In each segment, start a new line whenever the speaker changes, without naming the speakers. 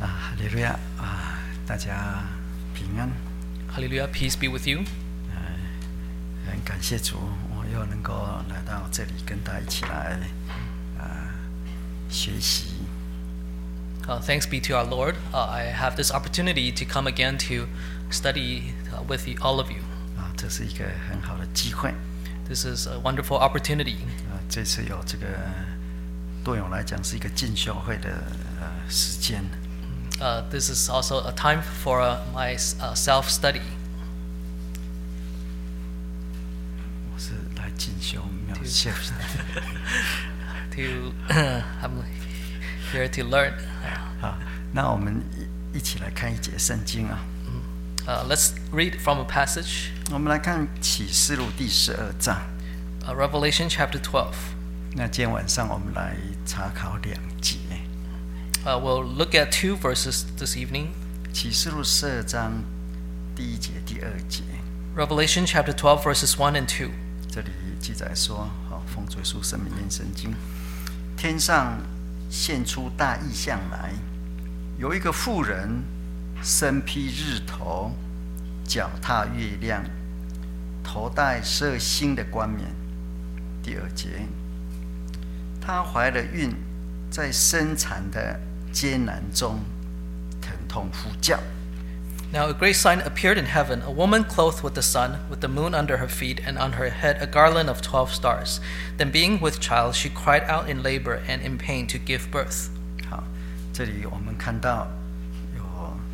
哈利路亚啊！大家平安，
Hallelujah. Peace be with you.
很感谢主，我又能够来到这里跟他一起来啊学习。
Uh, thanks be to our Lord. Uh, I have this opportunity to come again to study uh, with you, all of you.
啊，这是一个很好的机会
This is a wonderful opportunity.
啊！这次有这个对我来讲是一个进修会的呃时间
Uh, this is also a time for uh, my uh, self study
我是来进修没有 self
to I'm here to learn.
啊。那我们一一起来看一节圣经啊，
Uh, let's read from a passage,
我们来看启示录第十二章。
uh, Revelation chapter 12.
那今天晚上我们来查考两节
Uh, we'll look at two verses this evening
启示录十二章第一节、第二节，
Revelation chapter 12, verses 1 and 2.
这里记载说：哦，风吹树生命念圣经，天上现出大异象来，有一个妇人，身披日头，脚踏月亮，头戴麝星的冠冕。第二节，她怀了孕，在生产的艰难中，疼痛呼叫。
Now a great sign appeared in heaven a woman clothed with the sun, with the moon under her feet, and on her head a garland of twelve stars. Then, being with child, she cried out in labor and in pain to give birth.
好，这里我们看到有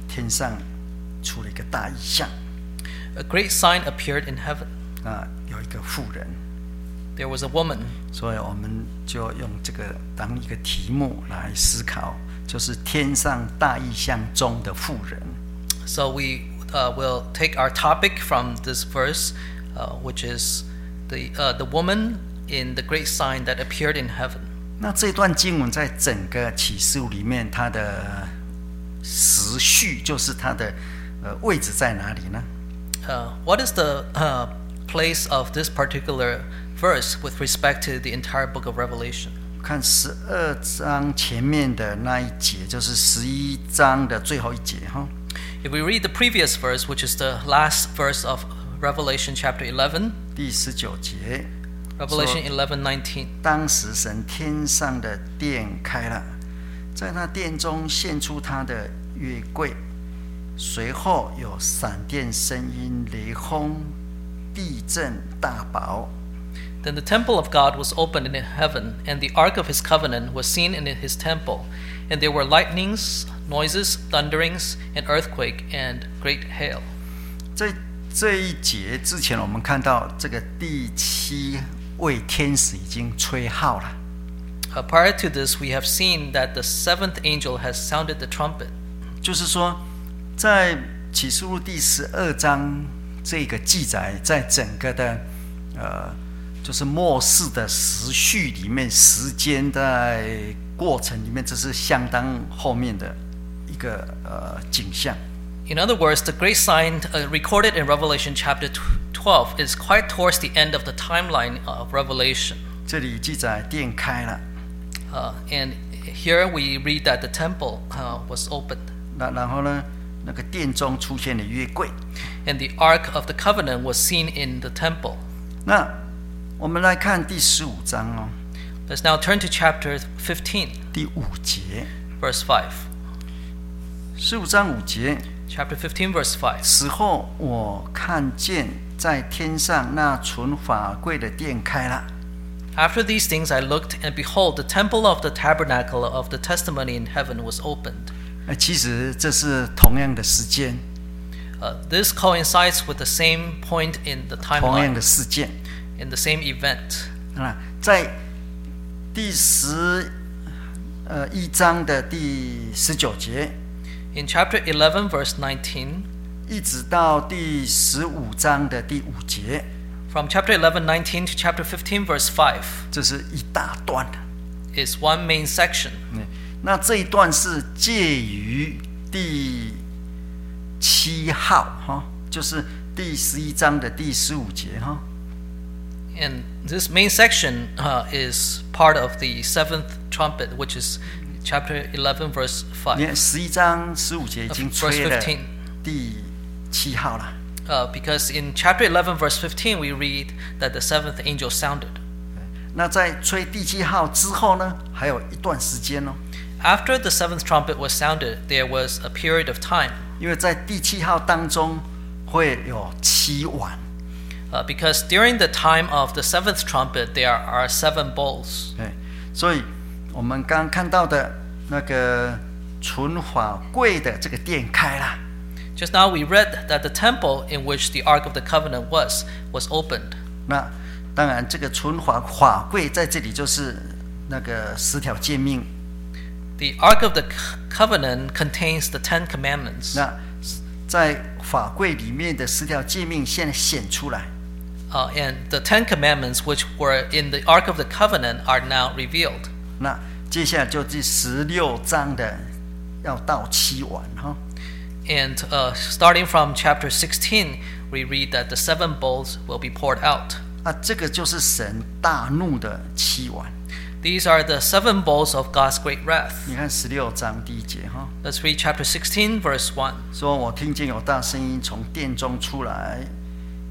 天上出了一个大异象，
A great sign appeared in heaven.
那有一个妇人，
There was a woman.
所以我们就用这个当一个题目来思考，就是天上大异象中的妇人。
So, we uh, will take our topic from this verse, uh, which is the, uh, the woman in the great sign that appeared in heaven.
那这段经文在整个启示录里面，它的时序就是它的呃位置在哪里呢？
Uh, what is the uh, place of this particular verse with respect to the entire book of Revelation?
看十二章前面的那一节，就是十一章的最后一节哈。
If we read the previous verse, which is the last verse of Revelation chapter 11,
第十九节，
Revelation 11 19,
当时神天上的殿开了，在那殿中现出他的月柜，随后有闪电、声音、雷轰、地震、大雹。
then the temple of God was opened in heaven, and the ark of his covenant was seen in his temple. And there were lightnings, noises, thunderings, an earthquake, and great hail.
在这一节之前，我们看到这个第七位天使已经吹号了。
Uh, prior to this, we have seen that the seventh angel has sounded the trumpet.
就是说，在启示录第十二章这个记载，在整个的呃，就是末世的时序里面，时间在过程里面，这是相当后面的一个呃景象。
In other words, the great sign uh, recorded in Revelation chapter tw- 12 is quite towards the end of the timeline of Revelation.
这里记载殿开了，
Uh, and here we read that the temple uh, was opened,
那然后呢，那个殿中出现了约柜。
and the Ark of the Covenant was seen in the temple.
那我们来看第十五章哦，
Let's now turn to chapter 15,
第五节，
verse 5.
十五章五节，
Chapter 15, verse 5.
此后，我看见在天上那存法柜的殿开了，
After these things I looked, and behold, the temple of the tabernacle of the testimony in heaven was opened.
呃，其实这是同样的时间，
Uh, this coincides with the same point in the
同样的
timeline,
事件
in the same event.
啊，在第十呃一章的第十九节，
In chapter 11, verse 19,
一直到第十五章的第五节，
from chapter 11, 19 to chapter 15, verse 5,
这是一大段。
is one main section.
嗯，那这一段是介于第七号哈，就是第十一章的第十五节哈。
And this main section uh, is part of the seventh trumpet, which is chapter 11, verse 5.
你看十一章十五节已经
Verse
吹了
15
第七号了，
Uh, because in chapter 11, verse 15, we read that the seventh angel sounded.
那在吹第七号之后呢，还有一段时间哦，
After the seventh trumpet was sounded, there was a period of time.
因为在第七号当中会有七碗，
Uh, because during the time of the seventh trumpet, there are seven bowls.
对，哎所以我们刚看到的那个存法柜的这个殿开了，
Just now we read that the temple in which the Ark of the Covenant was was opened.
那当然这个存法法柜在这里就是那个十条诫命，
The Ark of the C- Covenant contains the Ten Commandments.
那在法柜里面的十条诫命现在显出来，
Uh, and the Ten Commandments, which were in the Ark of the Covenant, are now revealed.
那接下来就第十六章的要到七碗哈。
And uh, starting from chapter 16, we read that the seven bowls will be poured out.
啊，这个就是神大怒的七碗。
These are the seven bowls of God's great wrath.
你看十六章第一节哈，
Let's read chapter 16, verse 1.
说我听见有大声音从殿中出来，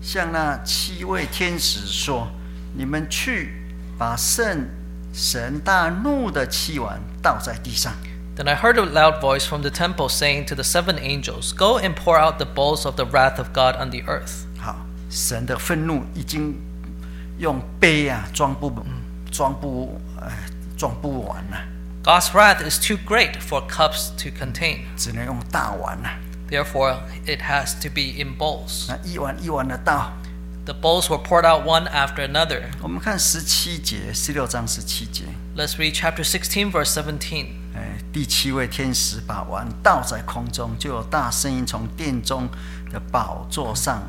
向那七位天使说：“你们去，把圣神大怒的七碗倒在地上。
Then I heard a loud voice from the temple saying to the seven angels, Go and pour out the bowls of the wrath of God on the earth. ”
好，神的愤怒已经用杯啊装不装不呃装不完啊了、
God's wrath is too great for cups to contain.
只能用大碗了、啊
Therefore, it has to be in bowls.
那一碗一碗的倒。
The bowls were poured out one after another.
我们看十七节，十六章十七节。
Let's read chapter 16, verse 17.
哎，第七位天使把碗倒在空中，就有大声音从殿中的宝座上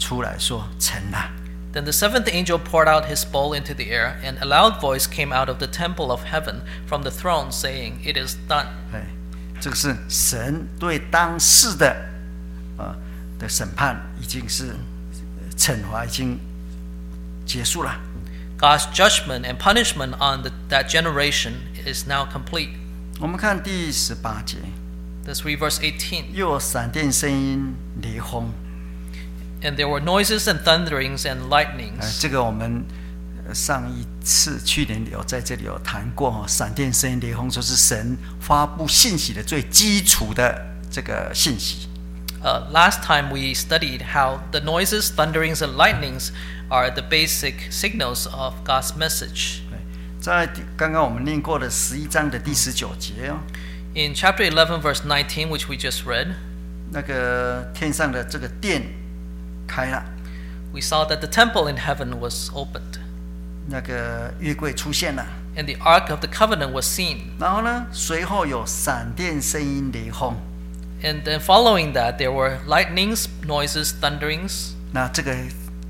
出来说：“啊成了。
Then the seventh angel poured out his bowl into the air, and a loud voice came out of the temple of heaven from the throne, saying, It is done. ”
哎，这个是神对当世的啊、的审判，已经是呃惩罚已经结束了。
God's judgment and punishment on the, that generation is now complete.
我们看第十八节，
Let's read verse 18.
又有闪电声音、雷轰，
And there were noises and thunderings and
呃，
lightnings.
这个我们呃上一次去年有在这里有谈过哦，闪电声音雷轰就是神发布信息的最基础的这个信息。
Uh, last time we studied how the noises, thunderings, and lightnings are the basic signals of God's message.
对，在第刚刚我们念过的十一章的第十九节哦，
In chapter 11, verse 19, which we just read,
那个天上的这个殿开了，
we saw that the temple in heaven was opened,
那个月柜出现了，
and the Ark of the Covenant was seen.
然后呢，随后有闪电声音雷轰，
And then following that, there were lightnings, noises, thunderings,
那这个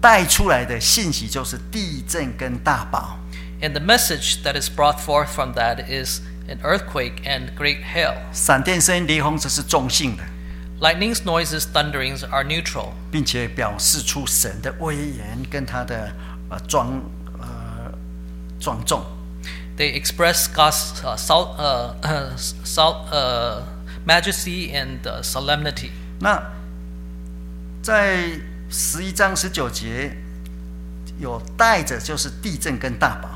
带出来的信息就是地震跟大雹。
and the message that is brought forth from that is an earthquake and great hail.
闪电声音雷轰这是中性的。
Lightnings, noises, thunderings are neutral.
并且表示出神的威严跟他的呃庄呃庄重。
They express God's uh, sol- uh, uh, sol- uh, majesty and uh, solemnity.
那在十一章十九节有带着就是地震跟大雹，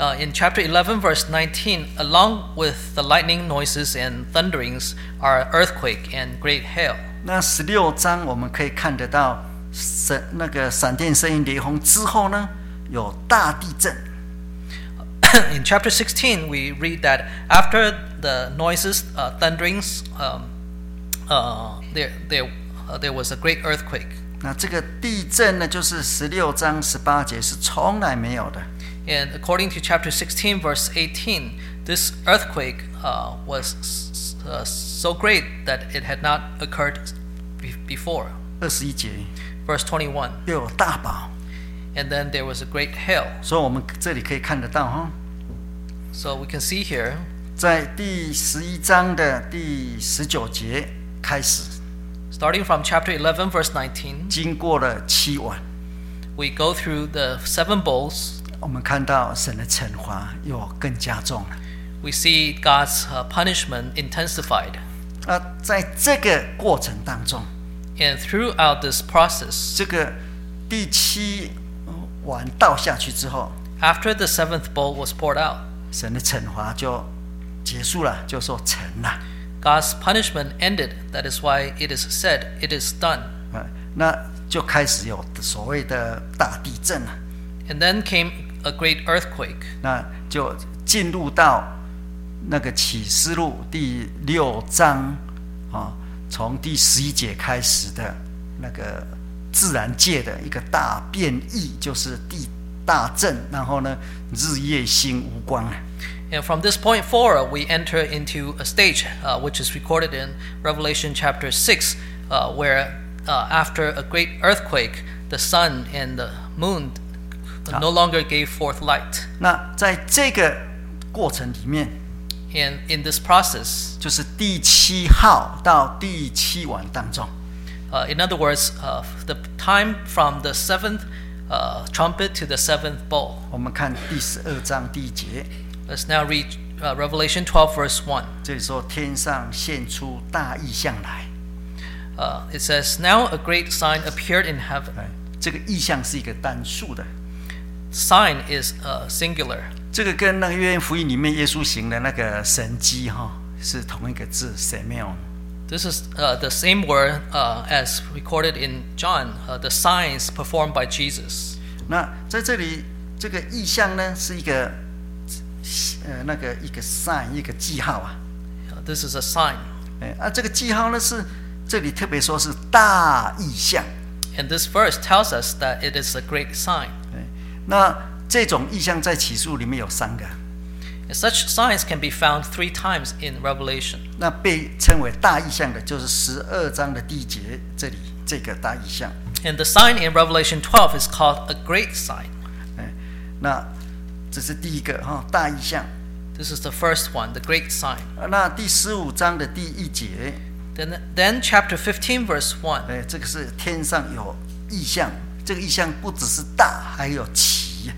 Uh, in chapter 11, verse 19, along with the lightning, noises, and thunderings, are earthquake and great hail.
那十六章我们可以看得到神那个闪电声音雷轰之后呢，有大地震，
in chapter 16, we read that after the noises, uh, thunderings, um, uh, there, there, uh, there was a great earthquake.
那这个地震呢，就是十六章十八节是从来没有的。
And according to chapter 16, verse 18, this earthquake uh, was s- s- uh, so great that it had not occurred be- before.
二十一节
Verse 21.
又有大雹，
And then there was a great hail.
所以我们这里可以看得到哈、
So we can see here,
在第十一章的第十九节开始，
starting from chapter 11, verse 19,
经过了七晚，
we go through the seven bowls.
我们看到神的惩罚又更加重了。
we see God's uh, punishment intensified.
那在这个过程当中，
And throughout this process,
这个第七碗倒下去之后，
after the seventh bowl was poured out,
神的惩罚就结束了，就说成了。
God's punishment ended. That is why it is said, It is done.
啊，那就开始有所谓的大地震了，
And then came a great earthquake.
那就进入到那个启示录第六章啊，从第十一节开始的那个自然界的一个大变异，就是地大震，然后呢日夜星无光啊。
And from this point forward, we enter into a stage uh, which is recorded in Revelation chapter 6, uh, where uh, after a great earthquake, the sun and the moon uh, no longer gave forth light.
那在这个过程里面，
And in this process,
就是第七号到第七晚当中，
uh, in other words, uh, the time from the seventh uh, trumpet to the seventh bowl.
我们看第十二章第一节，
Let's now read uh, Revelation 12, verse 1.
这里说天上现出大异象来，
Uh, it says, Now a great sign appeared in
哎
heaven.
这个意象是一个单数的，
Sign is uh, singular.
这个跟那个约翰福音里面耶稣行的那个神迹哈、是同一个字 s e m e o n
This is uh, the same word uh, as recorded in John, uh, the signs performed by Jesus.
那在这里这个意象呢是一个呃那个一个 sign 一个记号啊，
Uh, this is a sign.
哎啊这个记号呢是这里特别说是大意象，
And this verse tells us that it is a great sign.
哎那这种意象在起诉里面有三个，
And such signs can be found three times in Revelation.
那被称为大意象的就是十二章的第一节这里这个大意象。
And the sign in Revelation 12 is called a great sign.
哎，那这是第一个哈、大意象。
This is the first one, the great sign.
啊那第十五章的第一节，
Then, then chapter 15, verse 1.
哎，这个是天上有意象，这个意象不只是大，还有奇。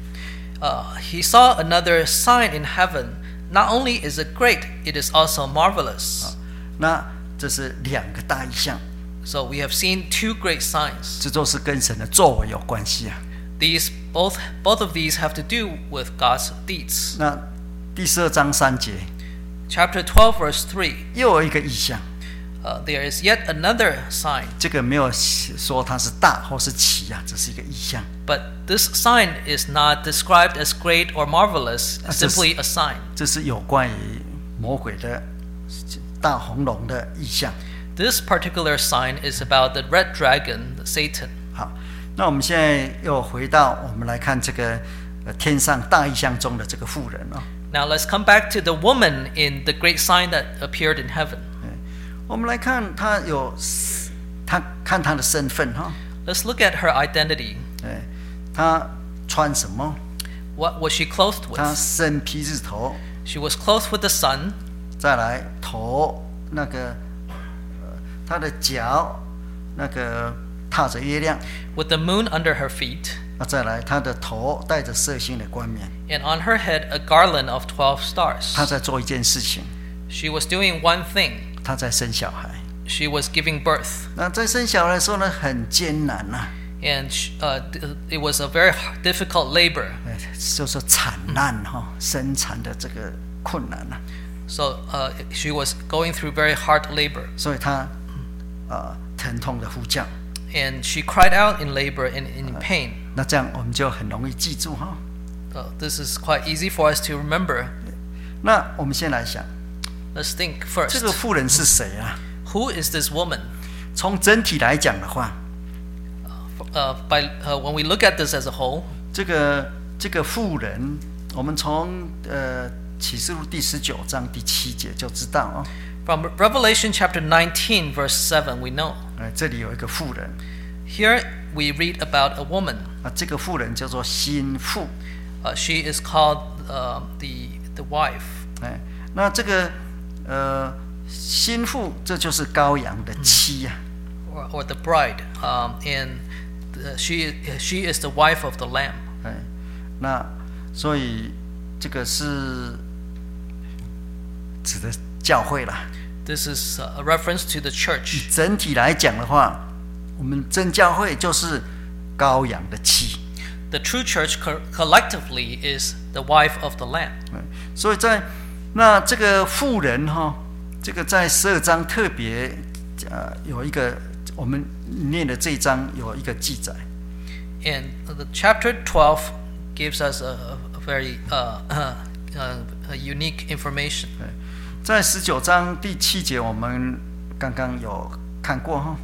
Uh, he saw another sign in heaven. Not only is it great, it is also marvelous.
那这是两个大意象，
So we have seen two great signs.
这都是跟神的作为有关系啊。
These both both of these have to do with God's deeds.
那第十二章三节
Chapter 12 verse 3.
又有一个意象，
uh, there is yet another sign,
这个没有说它是大或是奇啊，只是一个意象。
but this sign is not described as great or marvelous,
That's just-
simply a sign.
这是有关于魔鬼的大红龙的意象。
This particular sign is about the red dragon, Satan.
好，那我们现在又回到我们来看这个呃天上大异象中的这个妇人啊、
Now let's come back to the woman in the great sign that appeared in heaven.
嗯我们来看她有她看她的身份哈、
Let's look at her identity.
哎，她穿什么？
What was she clothed
她
with?
身披日头，
She was clothed with the sun,
再来头那个，呃她的脚那个踏着月亮，
with the moon under her feet.
那再来她的头戴着色性的冠冕，
and on her head a garland of 12 stars.
她在做一件事情，
She was doing one thing
她在生小孩。
she was giving birth,
那在生小孩的时候呢，很艰难啊呐、
and sh uh, d- it was a very h- difficult labor.
呃，就说产难哈、生产的这个困难啊呐、
So uh, she was going through very hard labor,
所以他呃疼痛的呼叫，
and she cried out in labor and in pain.
那这样我们就很容易记住哈、
Uh, this is quite easy for us to remember.
那我们先来想，
Let's think
这个
first.
妇人是谁啊？
Who is this woman?
从整体来讲的话，
Uh, by uh, when we look at this as a whole,
这个这个妇人，我们从呃启示录第十九章第七节就知道哦，
from Revelation chapter 19, verse 7, we know.
呃，这里有一个妇人
Here we read about a woman.
啊，这个妇人叫做心腹，
Uh, she is called uh, the the wife.
哎，那这个呃心腹，这就是羔羊的妻啊。
or, or the bride, um, and uh, she she is the wife of the
哎
Lamb.
哎，那所以这个是指的教会啦。
This is uh, a reference to the church.
整体来讲的话，我们真教会就是羔羊的妻。
The true church co- collectively is the wife of the Lamb.
嗯所以在那这个妇人哈、这个在十二章特别呃有一个我们念的这一章有一个记载，
And the chapter 12 gives us a, a very uh, uh, uh, unique information.
对在十九章第七节我们刚刚有看过哈、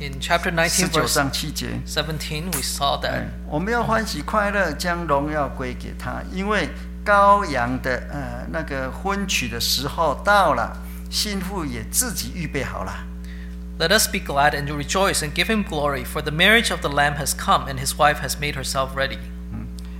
In chapter
十
19,
九
verse
章七节，
17, we saw
哎
that，
我们要欢喜快乐，将荣耀归给他，因为羔羊的呃那个婚娶的时候到了，新妇也自己预备好了。
let us be glad and rejoice and give him glory, for the marriage of the Lamb has come, and his wife has made herself ready.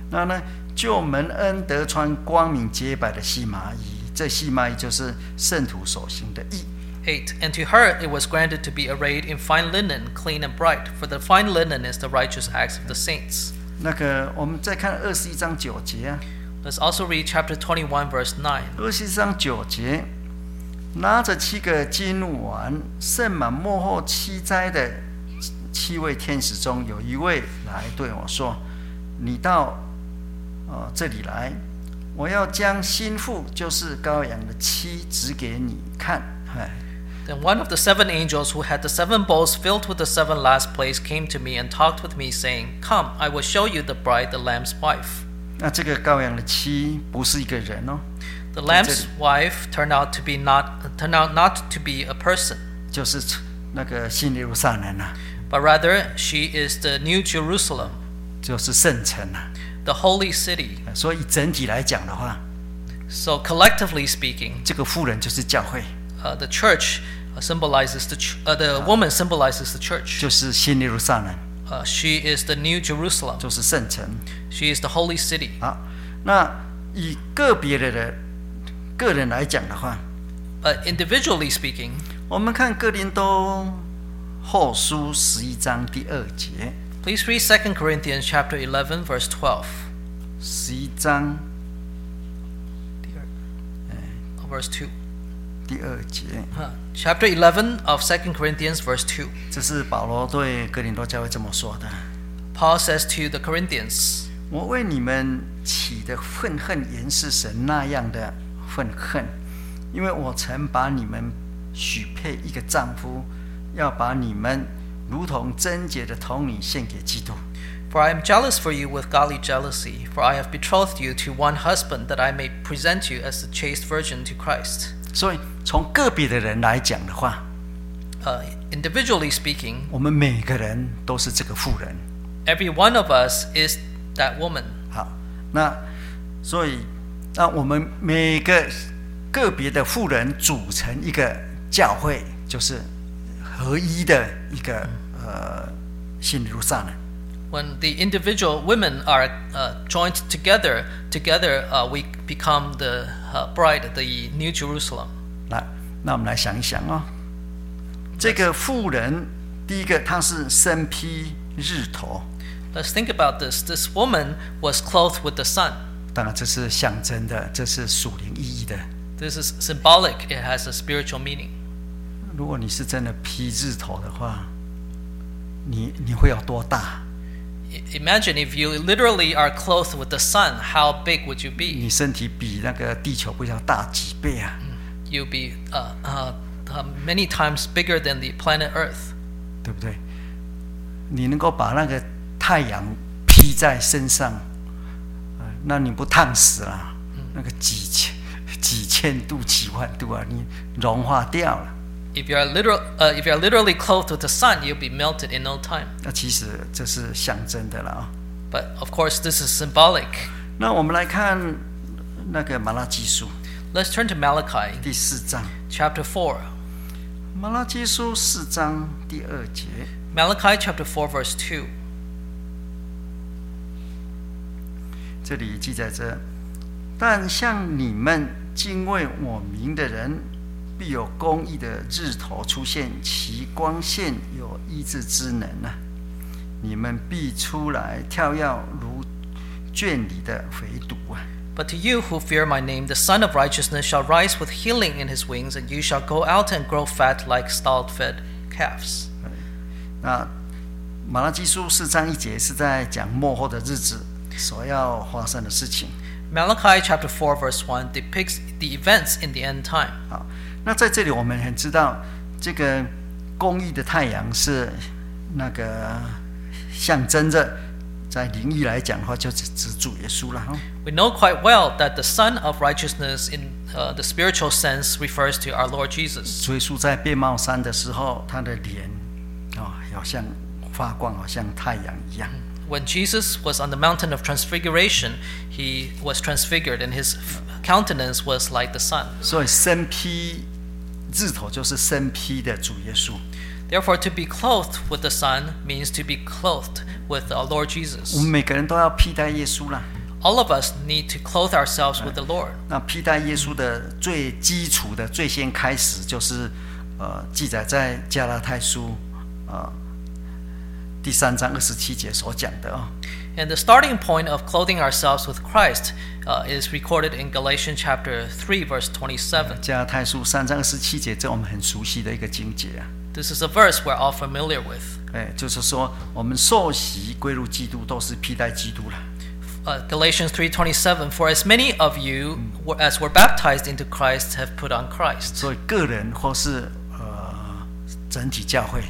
那呢，就蒙恩得穿光明洁白的细麻衣，这细麻衣就是圣徒所行的义。
8. And to her it was granted to be arrayed in fine linen, clean and bright, for the fine linen is the righteous acts of the saints.
那个，我们再看二十一章九节啊，
Let's also read chapter 21, verse 9.
二十一章九节，拿着七个金啊碗，盛满幕后七灾的七位天使中，有一位来对我说：“你到呃这里来，我要将心腹，就是羔羊的妻，指给你看。”哎，
Then one of the seven angels who had the seven bowls filled with the seven last plates came to me and talked with me, saying, Come, I will show you the bride, the Lamb's wife.
那这个羔羊的妻不是一个人哦。
The Lamb's wife turned out to be not turned out not to be a person,
就是出那个新耶路撒冷啊，
but rather she is the New Jerusalem,
就是圣城啊。
the holy city.
所以整体来讲的话，
So collectively speaking,
这个妇人就是教会，
uh, the church uh, symbolizes the ch- uh, the woman symbolizes the church.
就是新耶路撒冷，
Uh, she is the new Jerusalem.
就是圣城
She is the holy city.
啊。那以个别的人个人来讲的话，
But individually speaking,
我们看哥林多后书十一章第二节，
please read 2 Corinthians chapter 11 verse 12.
十一章
Uh, Verse 2.
第二节，
Huh. Chapter 11 of 2 Corinthians verse 2.
这是保罗对哥林多教会这么说的。
Paul says to the Corinthians,
我为你们起的愤恨，原是神那样的愤恨，因为我曾把你们许配一个丈夫，要把你们如同贞洁的童女献给基督。
For I am jealous for you with godly jealousy, for I have betrothed you to one husband that I may present you as the chaste virgin to Christ.
所以，从个别的人来讲的话，
Uh, individually speaking,
我们每个人都是这个妇人。
every one of us is that woman.
好，那所以，那我们每个个别的妇人组成一个教会，就是合一的一个呃新耶路撒冷。
When the individual women are uh, joined together, together uh, we become the uh, bride, the New Jerusalem.
来，那我们来想一想哦，这个妇人，第一个她是身披日头，
Let's think about this. This woman was clothed with the sun.
当然这是象征的，这是属灵意义的。
This is symbolic. It has a spiritual meaning.
如果你是真的披日头的话，你你会有多大？
I- imagine if you literally are clothed with the sun, how big would you be?
你身体比那个地球不要大几倍啊！
You'll be uh, uh, uh, many times bigger than the planet Earth.
对不对？你能够把那个太阳披在身上，呃那你不烫死了？那个几千、几千度、几万度啊，你融化掉了。
If you are literal, uh, if you are literally clothed with the sun, you'll be melted in no time.
那其实这是象征的了啊。
But of course, this is symbolic.
那我们来看那个马拉基书
Let's turn to Malachi
第四章，
chapter 4.
马拉基书四章第二节，
Malachi chapter 4, verse 2.
这里记载着：但像你们敬畏我名的人，必有公义的日头出现，其光线有医治之能啊！你们必出来跳跃如圈里的肥犊啊！
But to you who fear my name, the Son of Righteousness shall rise with healing in his wings, and you shall go out and grow fat like stalled fed calves.
那马拉基书四章一节是在讲末后的日子所要发生的事情。
Malachi chapter 4 verse 1 depicts the events in the end time.
好，那在这里我们很知道，这个公义的太阳是那个象征着，在灵义来讲的话，就是指主耶稣了哈。
We know quite well that the Son of Righteousness in uh, the spiritual sense refers to our Lord Jesus.
主耶稣在变帽山的时候，他的脸啊、哦，好像发光，好像太阳一样。
When Jesus was on the mountain of transfiguration, he was transfigured and his f- countenance was like the sun.
所以身披日头就是身披的主耶稣。
Therefore to be clothed with the sun means to be clothed with our Lord
我们
Jesus.
每个人都要披戴耶稣啦。
All of us need to clothe ourselves with the Lord.
那披戴耶稣的最基础的最先开始就是，呃，记载在加拉太书，呃，第三章二十七节所讲的啊、
And the starting point of clothing ourselves with Christ uh, is recorded in Galatians chapter 3 verse 27.
加拉太书三章二十七节，这我们很熟悉的一个经节啊。
This is a verse we're all familiar with.
哎，就是说我们受洗归入基督，都是披戴基督了。
Uh, Galatians 3:27 For as many of you were, as were baptized into Christ have put on Christ.
所以个人或是呃整体教会，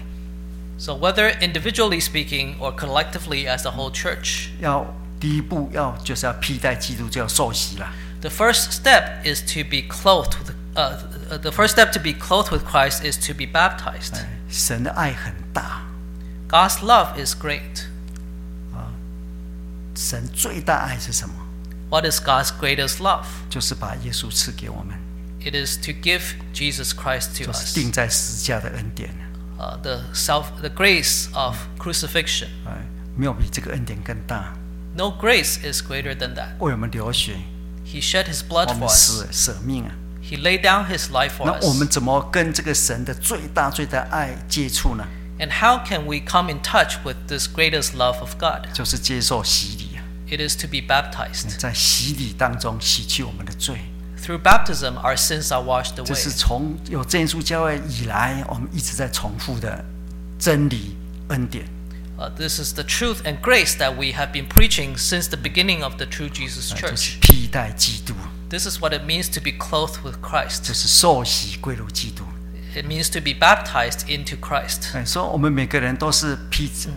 So whether individually speaking or collectively as the whole church,
要第一步要就是要披戴基督，就要受洗了。
the first step is to be clothed with uh, uh, the first step to be clothed with Christ is to be baptized.
哎神的爱很大，
God's love is great.
神最大爱是什么？
What is God's greatest love?
就是把耶稣赐给我们，
It is to give Jesus Christ to
就是
us.
钉在十字架的恩典。
Uh, the self the grace of crucifixion.
哎，没有比这个恩典更大。
No grace is greater than that.
为我们流血，
He shed his blood
我
for
们
us.
舍舍命啊！
He laid down his life for
那我们
us.
怎么跟这个神的最大最大爱接触呢？
And how can we come in touch with this greatest love of God?
就是接受洗礼啊，
It is to be baptized.
在洗礼当中洗去我们的罪。
Through baptism, our sins are washed
这是
away.
从有真耶稣教会以来，我们一直在重复的真理恩典。
Uh, this is the truth and grace that we have been preaching since the beginning of the true Jesus
哎就是
Church.
披戴基督，
This is what it means to be clothed with
就
Christ.
是受洗归入基督。
It means to be baptized into Christ.
哎，说我们每个人都是披着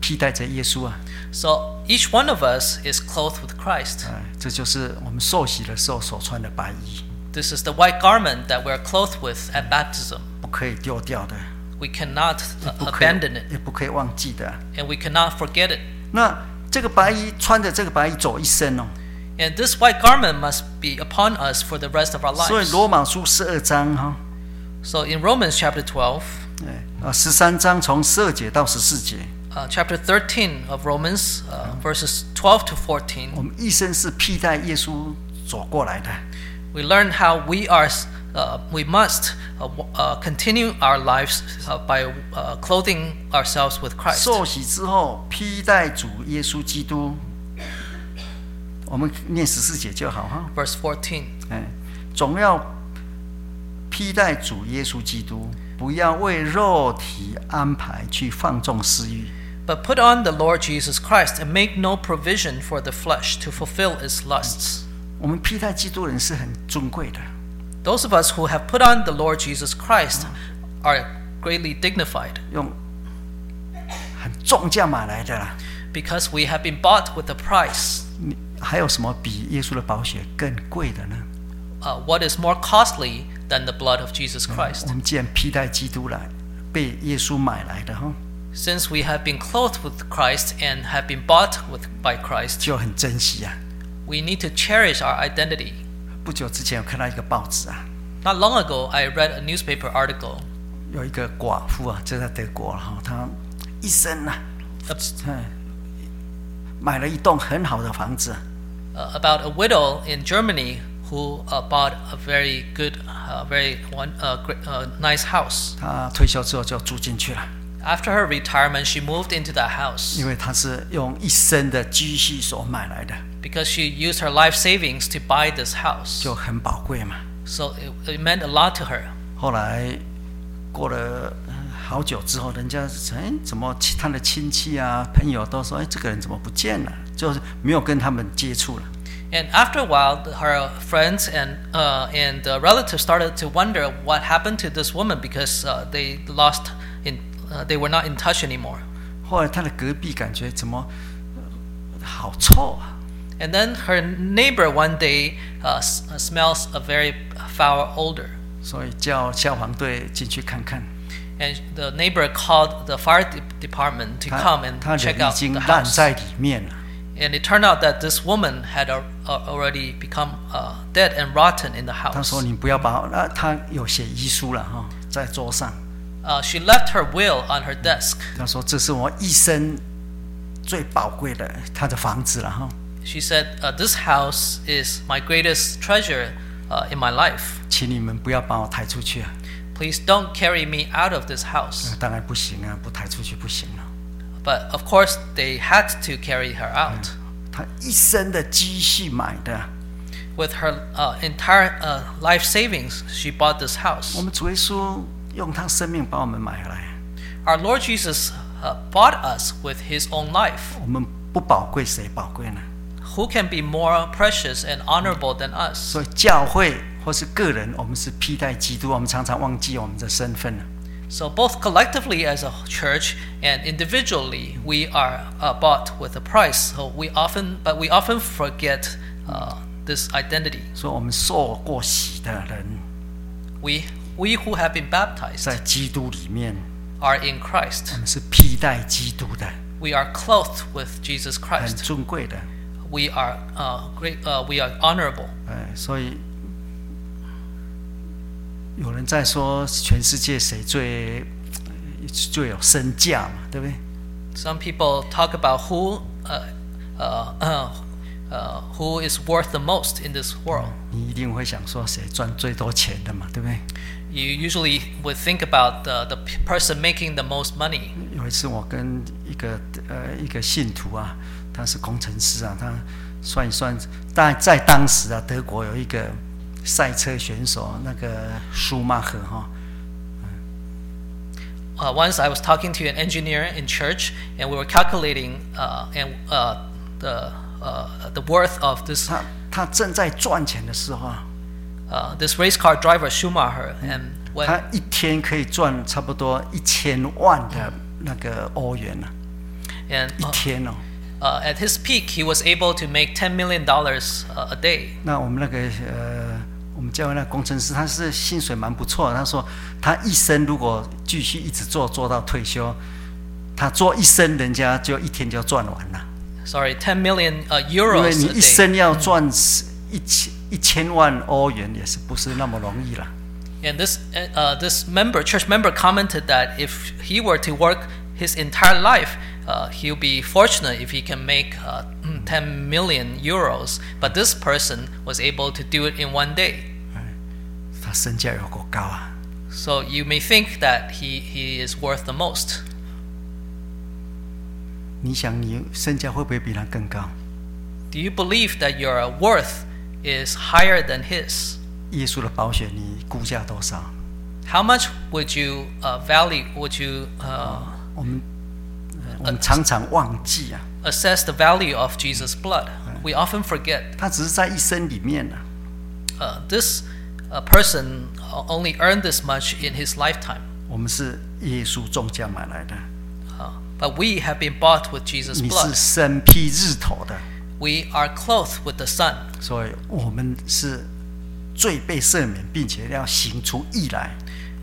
披戴着耶稣啊，
So each one of us is clothed with Christ.
哎，这就是我们受洗的时候所穿的白衣，
This is the white garment that we are clothed with at baptism.
不可以丢掉的，
We cannot uh,
不可以
abandon it
也不可以忘记的。
and we cannot forget it.
那这个白衣穿着这个白衣走一生哦，
And this white garment must be upon us for the rest of our
所以
lives.
罗马书十二章哈、
So in Romans chapter 12,
哎啊十三章从十二节到十四节，
uh, chapter 13 of Romans, uh, verses 12 to 14,
我们一生是披戴耶稣走过来的。
we learn how we are, uh, we must uh, w- uh, continue our lives uh, by uh, clothing ourselves with Christ.
受洗之后披戴主耶稣基督，我们念十四节就好哈、
Verse 14.
哎，总要披戴主耶稣基督，不要为肉体安排去放纵私欲。
But put on the Lord Jesus Christ and make no provision for the flesh to fulfill its lusts.
我们披戴基督人是很尊贵的，
Those of us who have put on the Lord Jesus Christ are greatly dignified.
用很重价买来的啦。
because we have been bought with a price.
你还有什么比耶稣的宝血更贵的呢？
Uh, what is more costly than the blood of Jesus
我
Christ?
们既然披戴基督了，被耶稣买来的哈，
Since we have been clothed with Christ and have been bought with by Christ,
就很珍惜啊。
we need to cherish our identity.
不久之前有看到一个报纸啊，
Not long ago, I read a newspaper article
有一个寡妇啊，这在德国了哈，她一生啊
ab-
哎，买了一栋很好的房子，
uh, about a widow in Germany who uh, bought a very good, uh, very one, uh, gr- uh, nice house.
她退休之后就住进去了，
After her retirement, she moved into that house
因为她是用一生的积蓄所买来的，
because she used her life savings to buy this house.
就很宝贵嘛。
So it, it meant a lot to her.
后来过了呃好久之后，人家哎怎么其他的亲戚啊朋友都说哎这个人怎么不见了，就是没有跟他们接触了。
And after a while, the- her friends and uh, and uh, relatives started to wonder what happened to this woman because uh, they lost in uh, they were not in touch anymore.
后来他的隔壁感觉怎么呃好臭啊，
And then her neighbor one day uh, s- smells a very foul odor,
所以叫消防队进去看看。
and the neighbor called the fire de- department to
他
come and
他人
check
已
out
经
the
烂
house.
在里面了。
And it turned out that this woman had al- al- already become uh, dead and rotten in the
他说
house.
你不要把那、他有写遗书了哈，在桌上。
Uh, she left her will on her desk.
他说这是我一生最宝贵的他的房子了哈。
She said, uh, This house is my greatest treasure uh, in my life.
请你们不要把我抬出去啊！
Please don't carry me out of this house.
当然不行啊，不抬出去不行了、
But of course, they had to carry her out.
他一生的积蓄买的，啊
With her uh, entire uh, life savings, she bought this
我
house.
们主耶稣用他生命把我们买回来，啊
Our Lord Jesus uh, bought us with his own life.
我们不宝贵谁宝贵呢？
Who can be more precious and honorable than us?
所以教会或是个人，我们是披戴基督，我们常常忘记我们的身份啊了。
So, both collectively as a church and individually, we are uh, bought with a price. So we often, but we often forget uh, this identity.
说我们受过洗的人，
We, we who have been baptized
在基督里面，
are in Christ.
我们是披戴基督的，
We are clothed with Jesus
很
Christ.
尊贵的。
We are uh, great. Uh, we are honorable.
哎，所以有人在说全世界谁最最有身价嘛，对不对？
Some people talk about who, uh, uh, uh, uh, who is worth the most in this world.
你一定会想说谁赚最多钱的嘛，对不对？
You usually would think about the, the p- person making the most money.
有一次我跟一个呃一个信徒啊，他是工程师啊，他算一算，在在当时啊，德国有一个赛车选手，那个舒马赫哈、
Uh, once I was talking to an engineer in church, and we were calculating uh, and uh, the uh, the worth of this
他他正在赚钱的时候啊，
uh, this race car driver Schumacher, and
他
when
一天可以赚差不多一千万的那个欧元啊，
and
一
uh,
天哦。
uh, at his peak, he was able to make 10 million dollars uh, a day.
那我们那个呃，我们教会那工程师，他是薪水蛮不错的。他说他一生如果继续一直做做到退休，他做一生人家就一天就赚完了，
Sorry, 10 million uh,
因为
euros
你
a
一
day.
生要赚十一千一千万欧元也是不是那么容易啦。
And this uh, uh, this member, church member, commented that if he were to work his entire life, uh, he'll be fortunate if he can make uh, 10 million euros. But this person was able to do it in one day.
他身价有够高啊！
So you may think that he, he is worth the most.
你想你身价会不会比他更高？
Do you believe that your worth is higher than his?
耶稣的保险你估价多少？
How much would you uh, value? Would you uh,
我们呃我们常常忘记啊，
assess the value of Jesus' blood? We often forget.
他只是在一生里面啊。
uh, this uh, person o- only earned this much in his lifetime,
我们是耶稣重价买来的，
uh, but we have been bought with Jesus'
你是
blood.
身披日头的，
We are clothed with the Son,
所以我们是罪被赦免，并且要行出义来，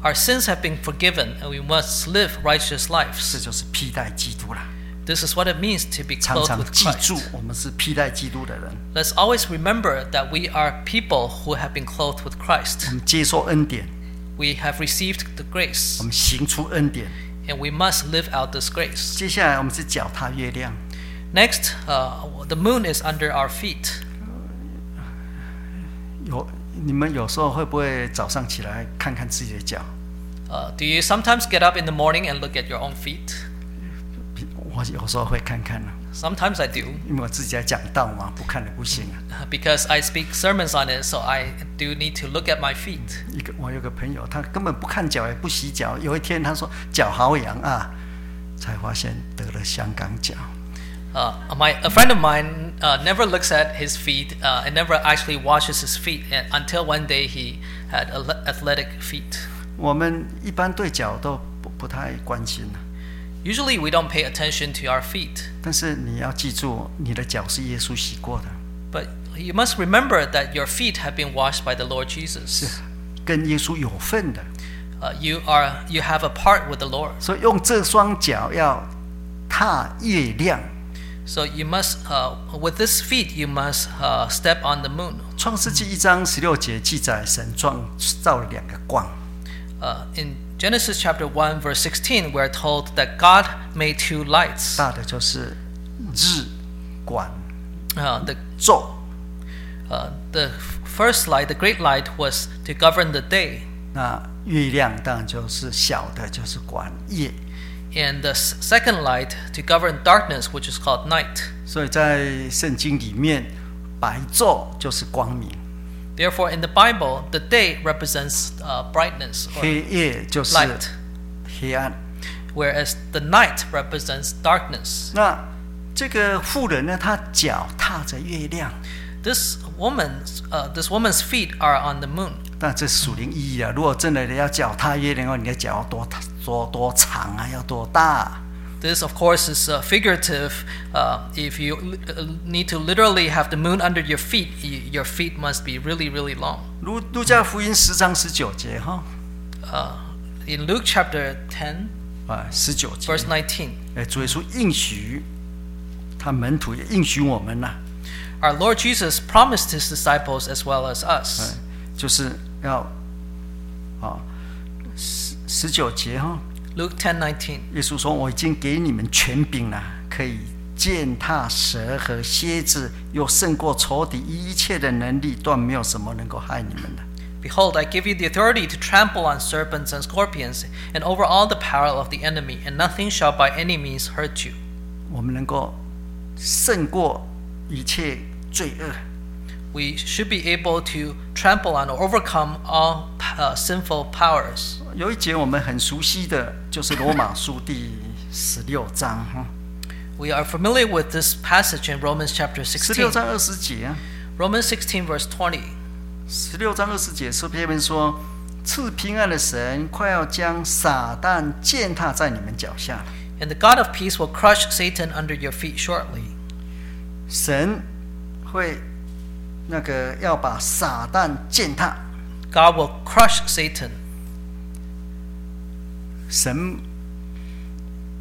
our sins have been forgiven, and we must live righteous
这
lives.
就是披戴基督啦。
This is what it means to be
常
clothed
常
with
记住
Christ.
我们是披戴基督的人，
Let's always remember that we are people who have been clothed with
我
Christ.
们接受恩典，
We have received the
我
grace,
们行出恩典。
and we must live out this grace.
接下来我们是脚踏月亮，
Next, uh, the moon is under our feet.
有你们有时候会不会早上起来看看自己的脚？
Uh, do you sometimes get up in the morning and look at your own feet?
比我我有时候会看啊看呢、
Sometimes I do
因为我自己在讲道嘛，不看了不行啊。
uh, because I speak sermons on it, so I do need to look at my feet.
一个我有个朋友，他根本不看脚也不洗脚，有一天他说脚好痒啊，才发现得了香港脚。
Uh, my, a friend of mine uh, never looks at his feet uh, and never actually washes his feet uh, until one day he had ale- athletic feet.
我们一般对脚都不不太关心啊
Usually we don't pay attention to our feet,
但是你要记住，你的脚是耶稣洗过的，
but you must remember that your feet have been washed by the Lord Jesus.
跟耶稣有份的，
Uh, you are you have a part with the Lord,
所以用这双脚要踏月亮。
so you must uh, with this feet you must uh, step on the moon.
创世纪一章十六节记载，神创造了两个光，
Uh, in Genesis chapter one verse sixteen, we're told that God made two lights,
大的就是日管
uh, the
昼，
Uh, the first light, the great light, was to govern the day,
那月亮当然就是小的，就是管夜。
and the s- second light to govern darkness, which is called night.
所以在圣经里面，白昼就是光明，
Therefore, in the Bible, the day represents uh, brightness or
黑夜就是黑暗
light,
黑暗。
whereas the night represents darkness.
那这个妇人呢，她脚踏着月亮，
This woman's, uh, this woman's feet are on the moon.
但这是属灵意义啊。如果真的要脚踏月亮的话，你的脚要多大多多长啊，要多大啊、
This, of course, is uh, figurative. Uh, if you li- uh, need to literally have the moon under your feet, y- your feet must be really, really long.
如路加福音十章十九节哈，
Uh, in Luke chapter 10,
啊，十九节，
verse 19.
哎，主耶稣应许他门徒也应许我们呐、
Our Lord Jesus promised his disciples as well as us.
哎就是要啊十十九节哈，
Luke 10:19.
耶稣说：“我已经给你们权柄了，可以践踏蛇和蝎子，又胜过仇敌一切的能力，断没有什么能够害你们的。
Behold, I give you the authority to trample on serpents and scorpions, and over all the power of the enemy, and nothing shall by any means hurt you.
我们能够胜过一切罪恶。
We should be able to trample on or overcome all uh, sinful powers. ”
有一节我们很熟悉的就是罗马书第十六章哈，
We are familiar with this passage in Romans chapter
十六
16.
章二十节啊。
Romans 16, verse 20.
十六章二十节，诗篇文说：“赐平安的神快要将撒旦践踏在你们脚下。
And the God of peace will crush Satan under your feet shortly.
神会那个要把撒旦践踏。
God will crush Satan
神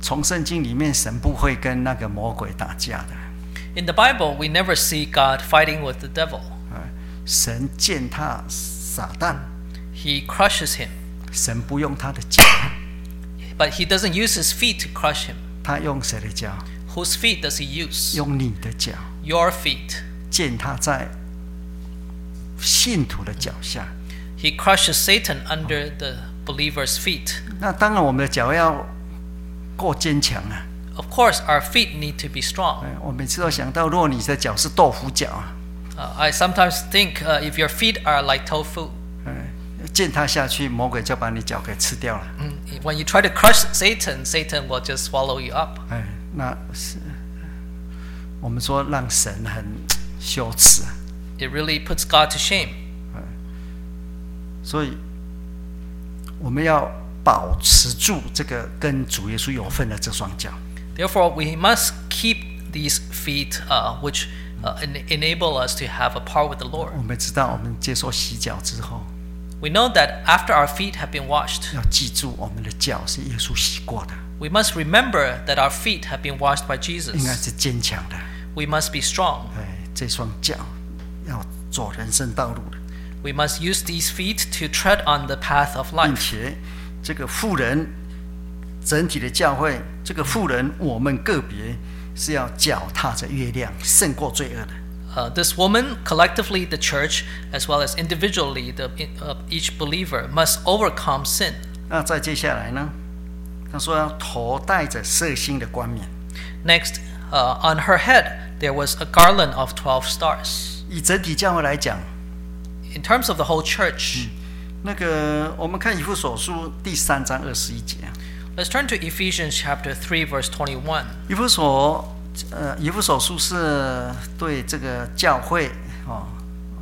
从圣经里面，神不会跟那个魔鬼打架的。
In the Bible, we never see God fighting with the devil.
啊，神践踏撒旦，
He crushes him,
神不用他的脚，
but he doesn't use his feet to crush him.
他用谁的脚？
Whose feet does he use?
用你的脚，
Your feet.
践踏在信徒的脚下。
He crushes Satan under the believer's feet.
那当然，我们的脚要够坚强啊！
Of course, our feet need to be strong.
哎，我每次都想到，若你的脚是豆腐脚啊，
Uh, I sometimes think uh, if your feet are like tofu,
哎，践踏下去，魔鬼就把你脚给吃掉了。
mm, when you try to crush Satan, Satan will just swallow you up.
哎，那是我们说让神很羞耻啊。
It really puts God to shame.
所以我们要保持住这个跟主耶稣有份的这双脚。
Therefore, we must keep these feet, uh, which uh, en- enable us to have a part with the Lord.
我们知道，我们接受洗脚之后，
We know that after our feet have been washed,
要记住我们的脚是耶稣洗过的，
we must remember that our feet have been washed by
应该
Jesus.
是坚强的。
We must be strong.
哎，这双脚要走人生道路的，
We must use these feet to tread on the path of
并
life.
且这个富人整体的教会，这个富人我们个别是要脚踏着月亮，胜过罪恶的。
Uh, this woman, collectively the church, as well as individually the, uh, each believer, must overcome sin.
那再接下来呢？他说要头戴着色心的冠冕，
Next, uh, on her head, there was a garland of 12 stars.
以整体教会来讲，
In terms of the whole church,
那个我们看以父所书第三章二十一节，啊
let's turn to Ephesians chapter 3 verse 21.
以父所呃以父所书是对这个教会哦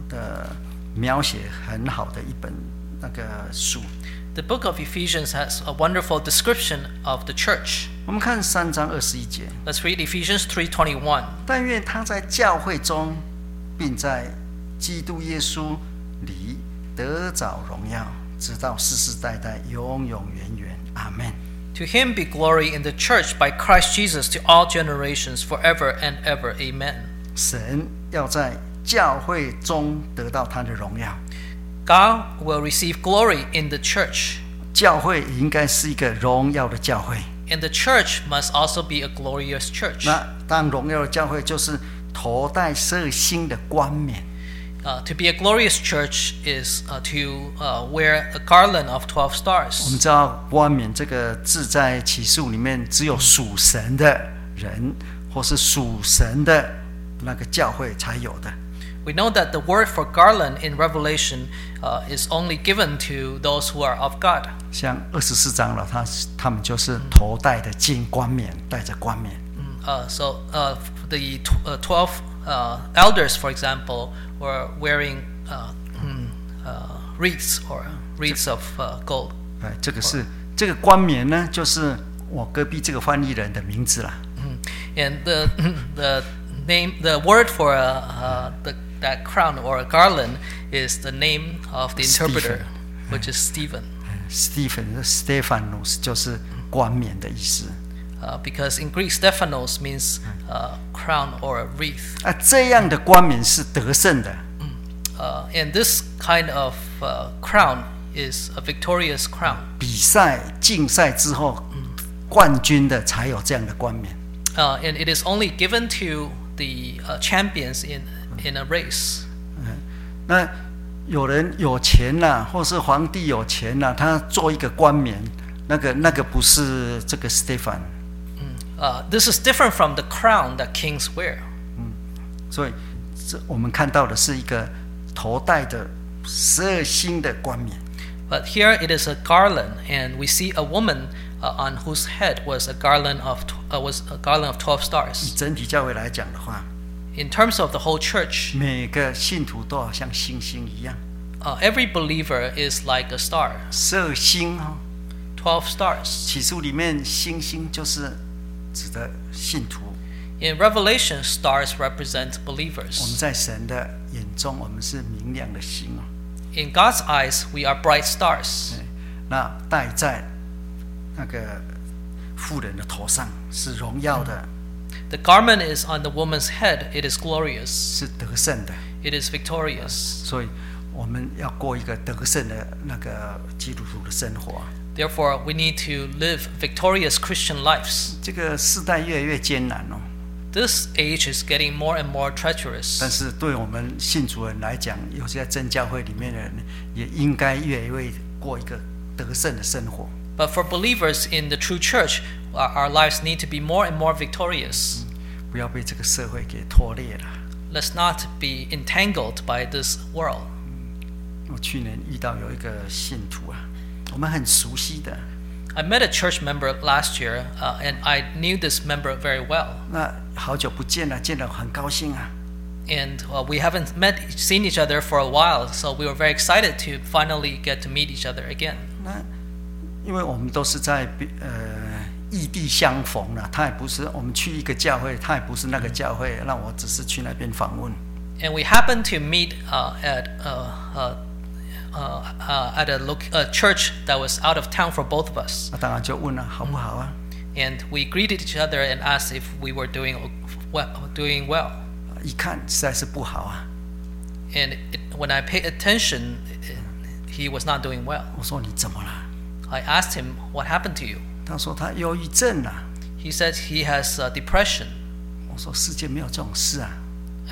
的描写很好的一本那个书。
The book of Ephesians has a wonderful description of the church.
我们看三章二十一节，
Let's read Ephesians 3:21.
但愿他在教会中，并在基督耶稣里得着荣耀，直到世世代代，永永远远。阿门。
To him be glory in the church by Christ Jesus to all generations forever and ever. Amen.
神要在教会中得到他的荣耀，
God will receive glory in the church,
教会也应该是一个荣耀的教会。
and the church must also be a glorious church.
那当荣耀的教会就是头戴色星的冠冕，
Uh, to be a glorious church is uh, to uh, wear a garland of 12
我们
stars.
知道冠冕这个字在启示录里面，只有属神的人或是属神的那个教会才有的。
We know that the word for garland in Revelation uh, is only given to those who are of God.
像二十四章了，他他们就是头戴的金冠冕，戴着冠冕。
Mm, Uh, so uh, the tw- uh, 12 uh, elders, for example, were wearing uh, mm, uh, wreaths or wreaths of uh, gold.
哎，这个是这个冠冕呢，就是我隔壁这个翻译人的名字啦。
Mm. And the, the name, the word for uh, uh, the, that crown or a garland is the name of the interpreter, which is Stephen.
Stephen Stephanus 就是冠冕的意思。
Uh, because in Greek, Stephanos means uh, crown or a wreath.
啊，这样的冠冕是得胜的，
Uh, and this kind of uh, crown is a victorious crown.
比赛竞赛之后冠军的才有这样的冠冕。
Uh, and it is only given to the uh, champions in, in a race.
那有人有钱啦、或是皇帝有钱啦、他做一个冠冕，那个那个不是这个 Stephan。
Uh, this is different from the crown that kings wear.
所以这我们看到的是一个头戴的十二星的冠冕。
But here it is a garland, and we see a woman uh, on whose head was a garland of tw- uh, was a garland of twelve stars.
整体教会来讲的话，
In terms of the whole church,
每个信徒都好像星星一样，
uh, every believer is like a star,
十二星哦。
twelve stars.
起诉里面星星就是指的信徒。
In Revelation, stars represent
我们
believers.
在神的眼中，我们是明亮的星哦。
In God's eyes, we are bright stars.
对，哎那戴在那个富人的头上是荣耀的，
The garment is on the woman's head. It is glorious.
是得胜的。
It is victorious.
所以我们要过一个得胜的那个基督徒的生活。啊
Therefore, we need to live victorious Christian lives.
这个世代越来越艰难哦，
This age is getting more and more
但
treacherous.
是对我们信主人来讲，有些在真教会里面的人，也应该越来越过一个得胜的生活。
But for believers in the true church, our, our lives need to be more and more victorious.
不要被这个社会给拖累了。
Let's not be entangled by this world.
我去年遇到有一个信徒啊，我们很熟悉的，
I met a church member last year, uh, and I knew this member very well.
那好久不见了，见了很高兴啊。
and uh, we haven't met seen each other for a while so we were very excited to finally get to meet each other again
那因为我们都是在别呃异地相逢了，他也不是我们去一个教会，他也不是那个教会，那我只是去那边访问。
and we happened to meet uh, at uh, uh, uh, uh, at a, loc- a church that was out of town for both of us
那当然就问了好不好啊？
and we greeted each other and asked if we were doing o- well, doing well
一看实在是不好啊，
and it, when I paid attention it, he was not doing well
我说你怎么了？
I asked him what happened to you
他说他忧郁症了、
he said he has uh, depression
我说世界没有这种事啊。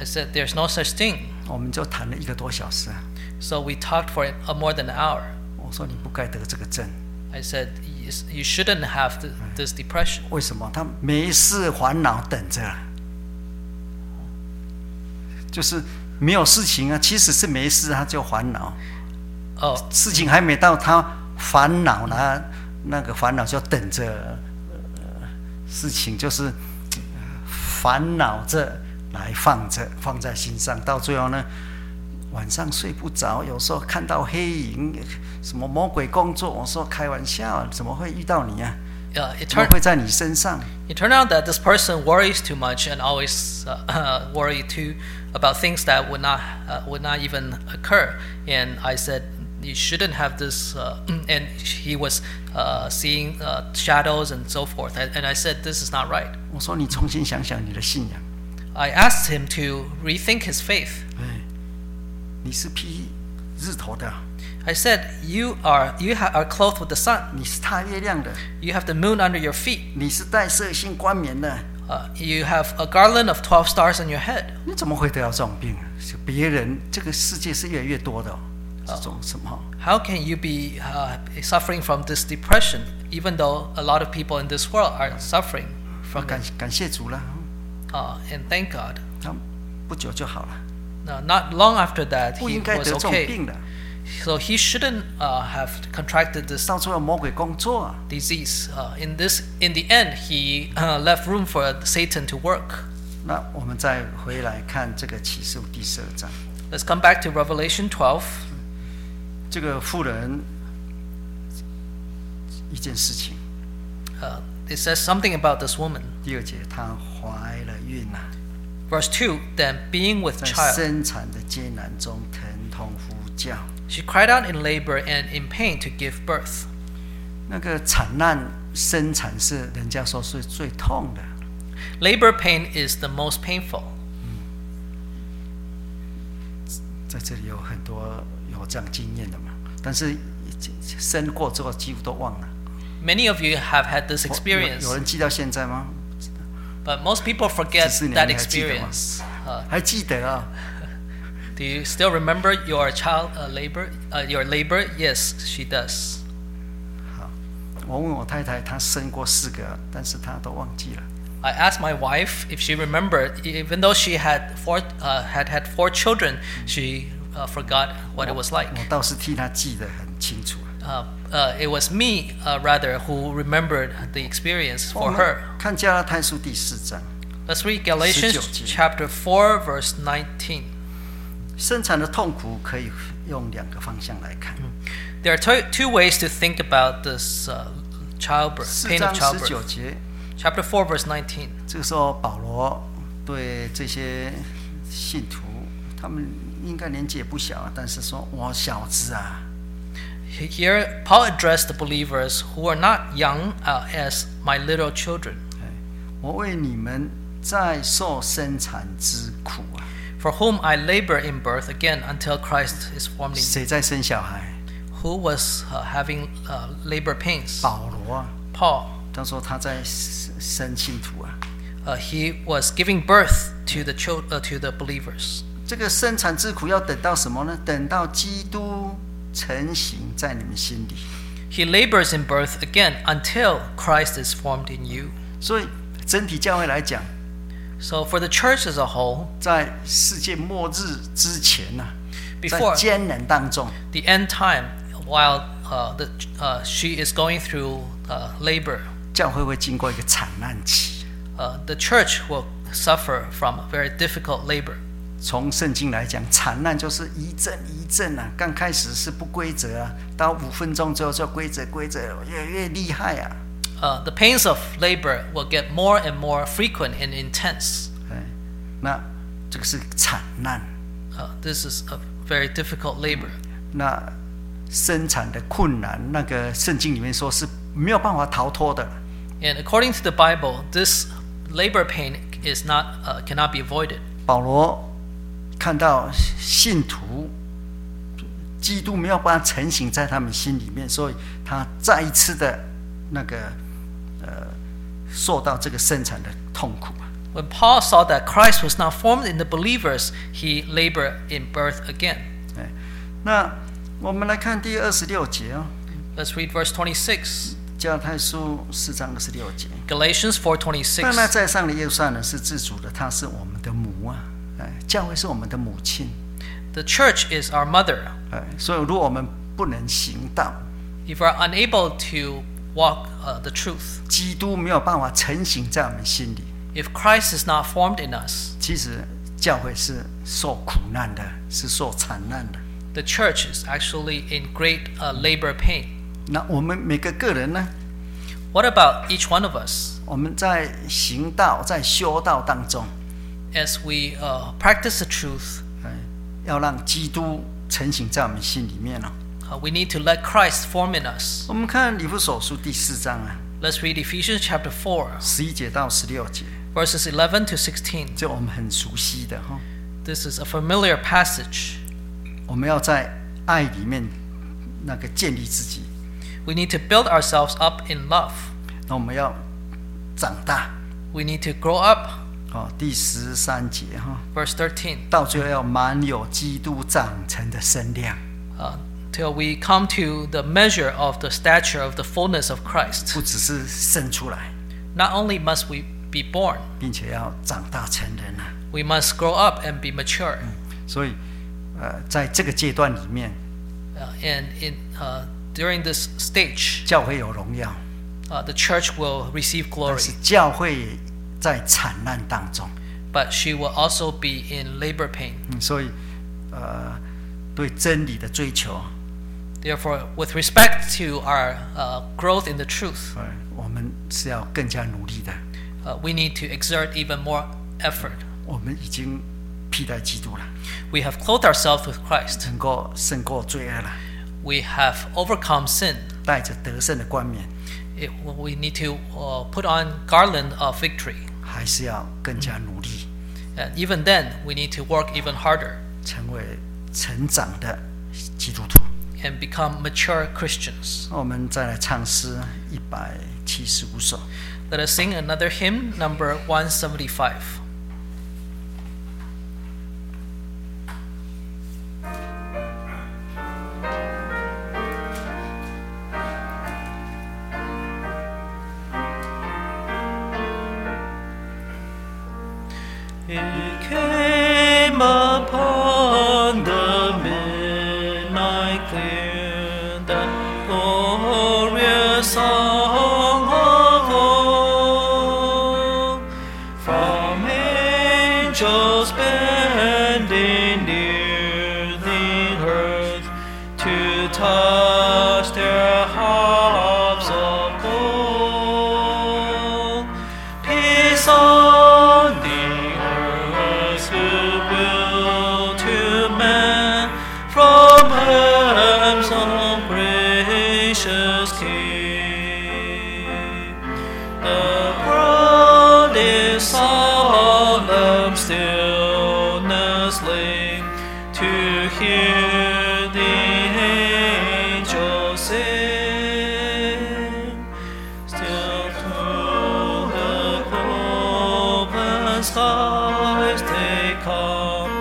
I said there's no such thing
我们就谈了一个多小时啊。
so we talked for uh, more than an hour
我说你不该得这个症。
I said, You s- you shouldn't have th- this depression
为什么？他没事烦恼等着啊，就是没有事情啊，其实是没事他就烦恼，
oh
事情还没到他烦恼呢，那个烦恼就等着、呃事情，就是呃烦恼着来放着放在心上，到最后呢，晚上睡不着，有时候看到黑影，什么魔鬼工作，我说开玩笑，怎么会遇到你啊？
yeah, uh, it
怎么
turned
会在你身上？
It turned out that this person worries too much and always uh, worry too about things that would not uh, would not even occur. And I said, you shouldn't have this. Uh, and he was uh, seeing uh, shadows and so forth. And and I said, this is not right.
我说你重新想想你的信仰，
I asked him to rethink his faith.
哎，你是披日头的，
I said, you are you ha- are clothed with the sun.
你是踏月亮的，
You have the moon under your feet.
你是带色性冠冕的，
Uh, you have a garland of twelve stars on your head.
你怎么会得到这种病啊？是别人这个世界是越来越多的、哦，这种什么？
How can you be uh, suffering from this depression, even though a lot of people in this world are suffering
我
from
感
it?
感谢主了，嗯
Uh, and thank God.
他不久就好了，
Now, not long after that,
不
he
应该得
was
这种
okay.
病的，
So he shouldn't uh, have contracted this
到最后魔鬼工作啊，
disease. Uh, in this, in the end, he uh, left room for Satan to work.
那我们再回来看这个启示录第十二章，
Let's come back to Revelation 12.
这个妇人一件事情，
Uh, it says something about this woman.
第二节她怀了孕啊了、
Verse 2 Then, being with
在
child,
生产的艰难中疼痛呼叫。
she cried out in labor and in pain to give birth.
那个产难生产是人家说是最痛的，
Labor pain is the most painful.
在这里有很多有这样经验的嘛。但是生过之后几乎都忘了。
Many of you have had this
我有
experience,
有人记到现在吗？
but most people
几
forget
十年
that
你还记得吗
experience.？Uh,
还记得啊、
do you still remember your child uh, labor? Uh, your labor? Yes, she does.
好，我问我太太，她生过四个，但是她都忘记了。
I asked my wife if she remembered, e, even though she had four uh, had had four children, she uh, forgot what it was like.
我倒是替她记得很清楚。
Uh, uh, it was me, uh, rather, who remembered the experience
我
for
们
her.
看加拉太书第四章，
Let's read Galatians
19.
chapter four, verse nineteen.
生产的痛苦可以用两个方向来
嗯
看。
There are two, two ways to think about this uh, childbirth,
四
pain of
章十九
childbirth.
节。
Chapter 4, verse 19.
这个时候，保罗对这些信徒，他们应该年纪也不小啊，但是说我小子啊，
Here, Paul addressed the believers who are not young uh, as my little children,
哎我为你们在受生产之苦啊。
for whom I labor in birth again until Christ is formed in
谁在生小孩？
me. Who was uh, having uh, labor pains?
保罗啊，
Paul.
他说他在生生信徒啊。
Uh, he was giving birth to the, chil- uh, to the believers.
这个生产之苦要等到什么呢？等到基督成型在你们心里。
He labors in birth again until Christ is formed in you.
所以整体教会来讲，
So, for the church as a whole,
在世界末日之前呢、啊，在
Before-
艰难当中。
the end time while uh, the, uh, she is going through uh, labor
教会会经过一个惨难期。
uh, the church will suffer from very difficult labor
从圣经来讲，惨难就是一阵一阵啊，刚开始是不规则啊，到五分钟之后就规则规则，越来越厉害啊。
uh, the pains of labor will get more and more frequent and intense
哎，那这个是惨难，
uh, this is a very difficult labor
那生产的困难，那个圣经里面说是没有办法逃脱的。
and according to the bible this labor pain is not uh, cannot be avoided
保罗看到信徒。基督没有办法成型在他们心里面，所以他再一次的那个呃受到这个生产的痛苦啊。
when paul saw that christ was not formed in the believers he labored in birth again
哎，那我们来看第二十六节哦，
let's read verse 26
加太书四章二十六节。
Galatians 4:26.
那那在上的耶路撒冷是自主的，他是我们的母啊，哎，教会是我们的母亲，
The church is our mother.
哎，所以如果我们不能行道，
If we are unable to walk uh, the truth,
基督没有办法成型在我们心里，
if Christ is not formed in us,
其实教会是受苦难的，是受惨难的。
the church is actually in great uh, labor pain.
那我们每个个人呢？
What about each one of us?
我们在行道、在修道当中，
As we uh, practice the truth,
哎，要让基督成型在我们心里面哦。
uh, we need to let Christ form in us.
我们看礼服所书第四章啊，
Let's read Ephesians chapter 4,
十一节到十六节，
verses 11 to 16.
这我们很熟悉的哈、
This is a familiar passage.
我们要在爱里面那个建立自己，
We need to build ourselves up in love.
那我们要长大
We need to grow up.
哦。第十三节哈、
Verse 13.
到最后要满有基督长成的身量，
uh, till we come to the measure of the stature of the fullness of
不
Christ.
只是生出来，
Not only must we be born,
并且要长大成人啊。
we must grow up and be mature.
所以，呃，在这个阶段里面，
Uh, and in, uh, during this stage,
教会有荣耀，
uh, the church will receive
但
glory,
是教会也在惨难当中。
but she will also be in labor pain.
嗯，所以，呃，对真理的追求，
Therefore, with respect to our uh, growth in the truth,
呃，我们是要更加努力的。
uh, we need to exert even more effort.
我们已经替代基督了，
We have clothed ourselves with Christ.
能够胜过罪恶了，
We have overcome sin.
带着得胜的冠冕，
It, we need to uh, put on garland of victory.
还是要更加努力，
And even then, we need to work even harder
成为成长的基督徒。
and become mature Christians.
那我们再来唱诗一百七十五首。
Let us sing another hymn, number 175.
It came upon the midnight clear that glorious song of hope from angels bending near the earth to touch their harps of gold. Peace on the earth, good will to men from heaven, some gracious King. The world is solemn stillness lay to hear the angels sing. Still through the open skies they come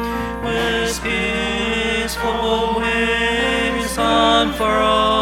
with peaceful wings unfurled.